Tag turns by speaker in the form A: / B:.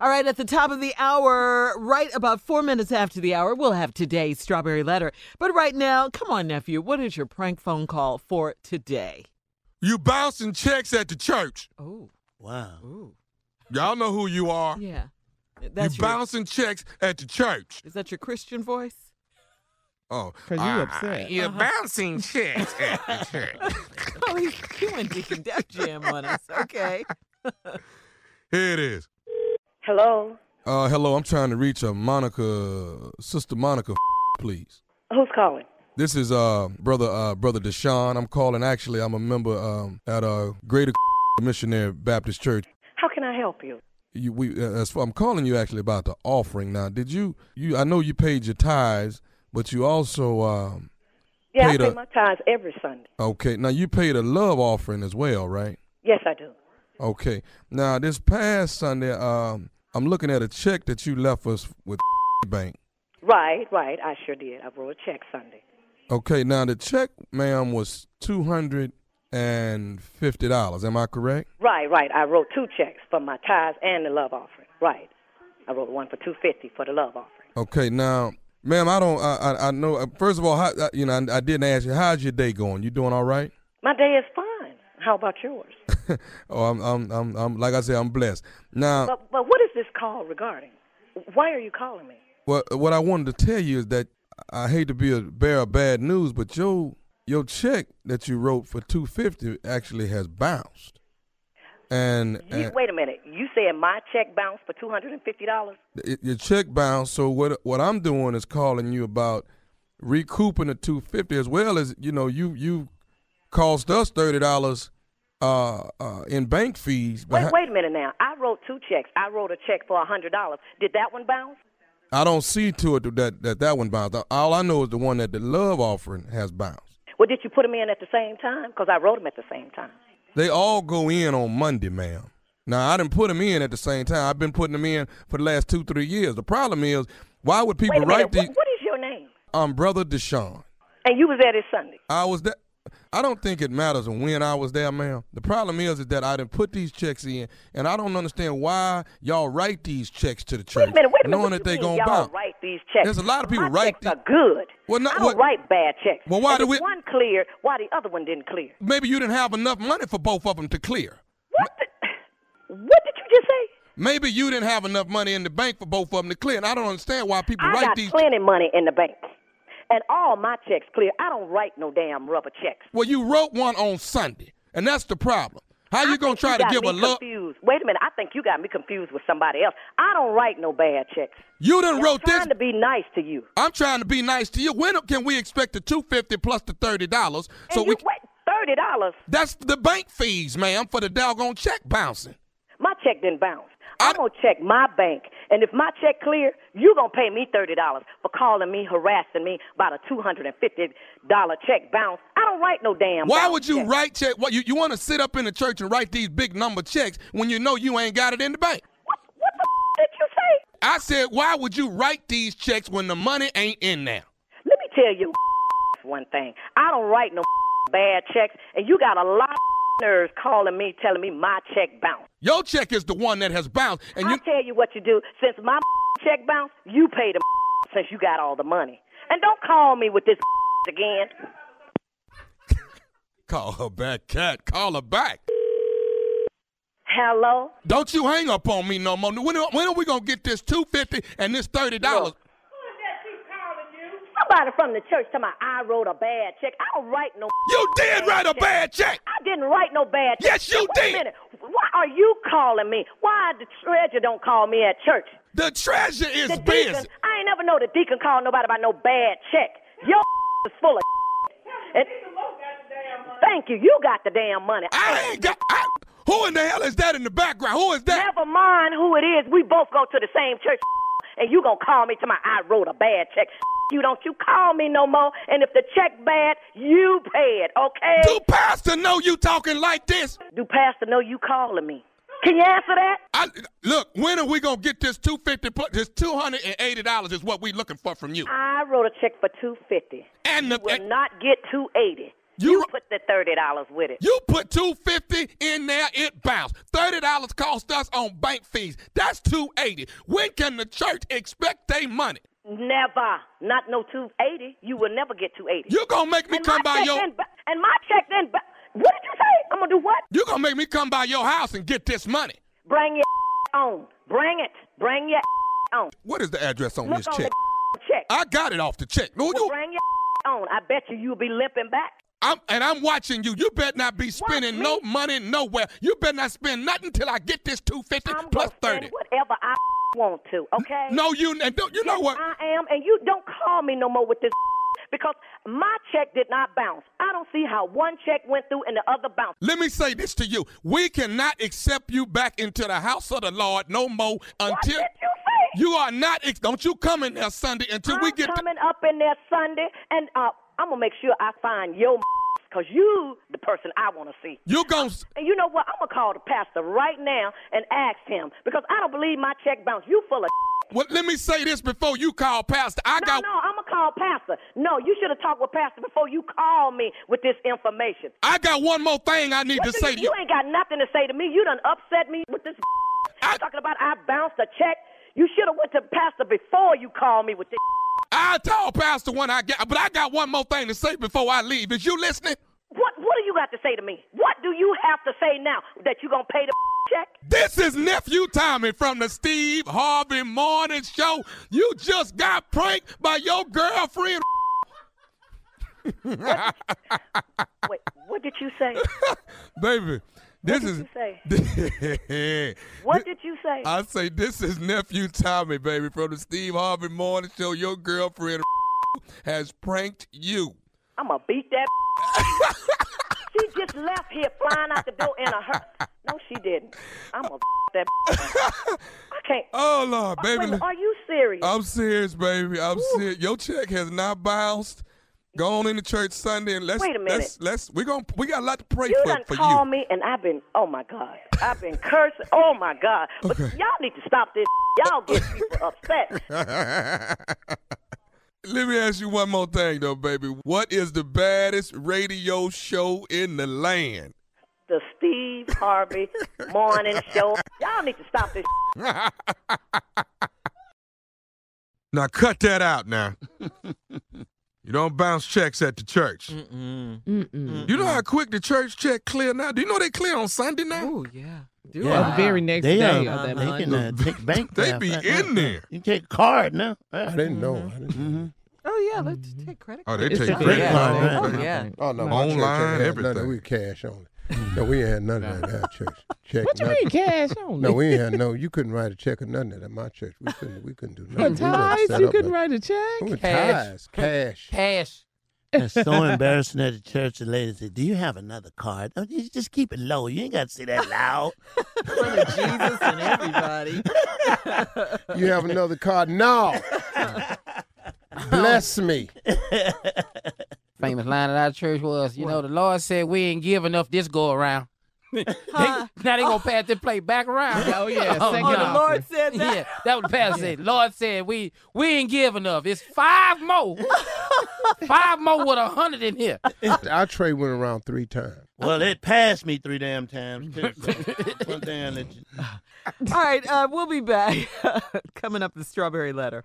A: All right, at the top of the hour, right about four minutes after the hour, we'll have today's strawberry letter. But right now, come on, nephew, what is your prank phone call for today?
B: You bouncing checks at the church.
A: Oh,
C: Wow.
A: ooh,
B: Y'all know who you are.
A: yeah. That's
B: you
A: your,
B: bouncing checks at the church.
A: is that your Christian voice?
B: Oh,
C: 'Cause you upset. Uh-huh.
B: You're bouncing checks at the church.
A: Oh, he, he went Deacon Def Jam on us. Okay.
B: Here it is.
D: Hello.
B: Uh, hello, I'm trying to reach a Monica, sister Monica, please.
D: Who's calling?
B: This is uh brother uh brother Deshaun. I'm calling. Actually, I'm a member um at uh Greater Missionary Baptist Church.
D: How can I help you?
B: You, we uh, as far, I'm calling you actually about the offering. Now, did you you I know you paid your tithes, but you also um
D: Yeah,
B: Pay
D: I pay
B: the-
D: my tithes every Sunday.
B: okay now you paid a love offering as well, right?
D: Yes, I do.
B: Okay. Now this past Sunday, um, I'm looking at a check that you left us with bank.
D: Right, right. I sure did. I wrote a check Sunday.
B: Okay. Now the check, ma'am, was two hundred and fifty dollars. Am I correct?
D: Right, right. I wrote two checks for my tithes and the love offering. Right. I wrote one for two fifty for the love offering.
B: Okay, now, ma'am, I don't. I I, I know. uh, First of all, how, uh, you know, I, I didn't ask you. How's your day going? You doing all right?
D: My day is fine. How about yours?
B: oh, I'm, I'm, I'm, I'm. Like I said, I'm blessed. Now,
D: but but what is this call regarding? Why are you calling me?
B: what what I wanted to tell you is that I hate to be a bearer of bad news, but your your check that you wrote for two fifty actually has bounced, and,
D: You,
B: and
D: wait a minute. You said my check bounced for two hundred and fifty dollars.
B: it, your check bounced. So what what I'm doing is calling you about recouping the 250 as well as you know you you cost us thirty dollars uh, uh, in bank fees.
D: Wait,
B: But
D: wait a minute now. I wrote two checks. I wrote a check for a hundred dollars. Did that one bounce?
B: I don't see to it that that that one bounced. All I know is the one that the love offering has bounced.
D: Well, did you put them in at the same time? Because I wrote them at the same time.
B: They all go in on Monday, ma'am. Now I didn't put them in at the same time. I've been putting them in for the last two three years. The problem is why would people
D: Wait a minute.
B: write
D: What,
B: the
D: what is your name?
B: um brother Deshaun?
D: And you was there this Sunday.
B: I was there. I don't think it matters when I was there, ma'am. The problem is, is that I didn't put these checks in, and I don't understand why y'all write these checks to the church,
D: Wait a minute. Wait a minute.
B: knowing
D: What
B: that
D: you
B: they
D: mean
B: gonna
D: y'all
B: bounce.
D: write these checks.
B: There's a lot of people
D: My
B: write
D: checks
B: the-
D: are good.
B: Well, not
D: I don't
B: what-
D: write bad checks.
B: Well, why
D: And
B: do
D: if
B: we-
D: One cleared. Why the other one didn't clear?
B: Maybe you didn't have enough money for both of them to clear.
D: What? The, what did you just say?
B: Maybe you didn't have enough money in the bank for both of them to clear, and I don't understand why people
D: I
B: write
D: got
B: these.
D: plenty money in the bank, and all my checks clear. I don't write no damn rubber checks.
B: well, you wrote one on Sunday, and that's the problem. How you
D: I
B: gonna
D: think
B: try
D: you
B: to
D: got
B: give
D: me
B: a love?
D: Confused. Wait a minute. I think you got me confused with somebody else. I don't write no bad checks.
B: You didn't
D: I'm
B: wrote
D: trying
B: this.
D: to be nice to you.
B: I'm trying to be nice to you. When can we expect the two fifty plus the thirty dollars?
D: And you wait thirty dollars.
B: That's the bank fees, ma'am, for the doggone check bouncing.
D: My check didn't bounce.
B: I-
D: I'm gonna check my bank, and if my check clear, you gonna pay me thirty dollars for calling me, harassing me about a two hundred and fifty dollar check bounce. I don't write no damn.
B: Why
D: bounce
B: would you
D: check.
B: write check? What you, you want to sit up in the church and write these big number checks when you know you ain't got it in the bank?
D: What, what the f- did you say?
B: I said, why would you write these checks when the money ain't in there?
D: Let me tell you one thing. I don't write no bad checks, and you got a lot of nerves calling me, telling me my check bounced.
B: Your check is the one that has bounced, and
D: I
B: you
D: tell you what you do. Since my check bounced, you pay the since you got all the money. And don't call me with this again.
B: call her back, cat. Call her back.
D: Hello?
B: Don't you hang up on me no more. When, when are we gonna get this two fifty and this thirty dollars?
D: Look. Somebody from the church talking about I wrote a bad check. I don't write no.
B: You did write a
D: check.
B: bad check.
D: I didn't write no bad check.
B: Yes, you
D: Wait
B: did.
D: A minute. Why are you calling me? Why the treasurer don't call me at church?
B: The treasure is
D: The
B: busy.
D: deacon, I ain't never know the deacon called nobody about no bad check. Your is full of. And, thank you. You got the damn money.
B: I ain't got. I, who in the hell is that in the background? Who is that?
D: Never mind who it is. We both go to the same church. And you gonna call me to my I wrote a bad check. You don't you call me no more. And if the check bad, you pay it, okay?
B: Do pastor know you talking like this?
D: Do Pastor know you calling me? Can you answer that?
B: I look. When are we gonna get this two fifty? This two hundred and eighty dollars is what we looking for from you.
D: I wrote a check for two fifty.
B: And the
D: Will
B: and,
D: not get two eighty. You,
B: You-
D: put the thirty dollars with it.
B: You put two fifty in there, it bounced. Thirty dollars cost us on bank fees. That's two eighty. When can the church expect their money?
D: never, not no two eighty. You will never get two eighty.
B: You gonna make me come by your
D: and my check then. ba- What did you say? I'm gonna do what?
B: You gonna make me come by your house and get this money.
D: Bring your on. Bring it. Bring your on.
B: What is the address on
D: Look
B: this
D: on
B: check?
D: the check.
B: I got it off the check. No, you,
D: Bring your on. I bet you you'll be limping back.
B: I'm, and I'm watching you. You better not be spending
D: me.
B: no money nowhere. You better not spend nothing till I get this two fifty
D: I'm
B: plus
D: gonna
B: thirty.
D: spend whatever I want to. Okay.
B: No, you and don't, you know what?
D: I am, and you don't call me no more with this because my check did not bounce. I don't see how one check went through and the other bounced.
B: Let me say this to you. We cannot accept you back into the house of the Lord no more
D: What
B: until
D: did you say?
B: you are not. ex- Don't you come in there Sunday until
D: I'm
B: we get.
D: coming up in there Sunday, and uh, I'm gonna make sure I find your because you the person I want to see.
B: you gon' s
D: And you know what? I'm gonna call the pastor right now and ask him because I don't believe my check bounced. You full of.
B: Well, let me say this before you call Pastor. I
D: No,
B: got.
D: no, I'm gonna call pastor. No, you should have talked with pastor before you called me with this information.
B: I got one more thing I need to
D: What do
B: say
D: you,
B: to you.
D: ain't got nothing to say to me. You done upset me with this.
B: I-
D: talking about I bounced a check. You should have went to pastor before you called me with this.
B: I told Pastor when I get, but I got one more thing to say before I leave. Is you listening?
D: What What do you got to say to me? What do you have to say now that you gonna pay the check?
B: This is nephew Tommy from the Steve Harvey Morning Show. You just got pranked by your girlfriend.
D: Wait, what did you say?
B: Baby, this
D: did
B: is.
D: you say?
B: What
D: What did you say?
B: I say this is nephew Tommy, baby, from the Steve Harvey Morning Show. Your girlfriend has pranked you.
D: I'm gonna beat that. she just left here flying out the door in a hurry. No, she didn't. I'm gonna that. I can't.
B: Oh Lord,
D: Wait a
B: baby,
D: minute, are you serious?
B: I'm serious, baby. I'm serious. Your check has not bounced. Go on into church Sunday and let's
D: Wait a minute.
B: let's let's we're gonna we got a lot to pray
D: You
B: for
D: done
B: for
D: called
B: you.
D: me and I've been, oh my God, I've been cursing. Oh my God. But
B: Okay.
D: y'all need to stop this. Y'all get people upset.
B: Let me ask you one more thing though, baby. What is the baddest radio show in the land?
D: The Steve Harvey morning show. Y'all need to stop this.
B: Now cut that out now. you don't bounce checks at the church.
C: Mm-mm.
B: You know how quick the church check clear now? Do you know they clear on Sunday now?
A: Oh, yeah. Do
C: The
A: I?
C: very next
E: They,
C: day
E: uh,
C: of that
E: they
C: month.
E: can uh, take bank.
B: They
E: theft.
B: be
E: Uh,
B: in
E: uh,
B: there.
E: You take card now. Uh,
F: I didn't
C: Mm-hmm.
F: know. I didn't know.
E: mhm.
A: Oh, yeah. Let's take credit.
B: Oh, they
C: It's
B: take
C: a
E: credit
C: credit
E: card,
C: card.
E: man.
A: Oh, yeah.
F: Oh no,
B: Mm-hmm. Online,
F: my church ain't had nothing.
B: everything.
F: We cash only. No, we ain't had none of that at our church. Check.
C: What you
F: nothing.
C: mean cash only?
F: No, we ain't had no. You couldn't write a check or nothing at my church. We couldn't. We couldn't do
C: For
F: nothing. We wasn't
C: ties,
F: set
C: you
F: up
C: couldn't write
F: like-
C: a
F: We
C: check.
F: were ties, cash.
A: Cash.
E: That's so embarrassing at the church. The lady said, "Do you have another card? Oh, you just keep it low. You ain't got to say that loud."
A: In front of Jesus and everybody.
F: You have another card now. Bless me.
G: famous line at our church was, you know, the Lord said we ain't give enough this go around.
A: Huh?
G: Now they gonna pass this plate back around.
C: Oh, yeah, second
A: Oh, the
C: Nah.
A: Lord said that.
G: Yeah, that was the pastor said. Lord said we we ain't give enough. It's five more, five more with a hundred in here.
F: Our tray went around three times.
E: well, it passed me three damn times. too, so One damn.
A: All right. Uh, we'll be back. Coming up, the strawberry letter.